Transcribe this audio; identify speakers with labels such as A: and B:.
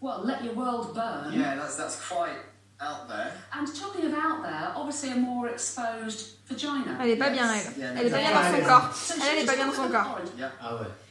A: well, Let Your World Burn.
B: Yeah, that's that's quite out there.
A: And talking of out there, obviously a more exposed vagina.
C: Elle est pas bien,
B: Yes.
C: elle.
B: Yeah,
C: Elle est pas
B: yeah.
C: bien dans son
D: Yeah.
C: corps.
A: So
C: Elle, elle
A: she
C: est
A: was
C: pas bien dans son
A: talking
C: corps.
A: about porn.
B: Yeah.
D: Ah ouais.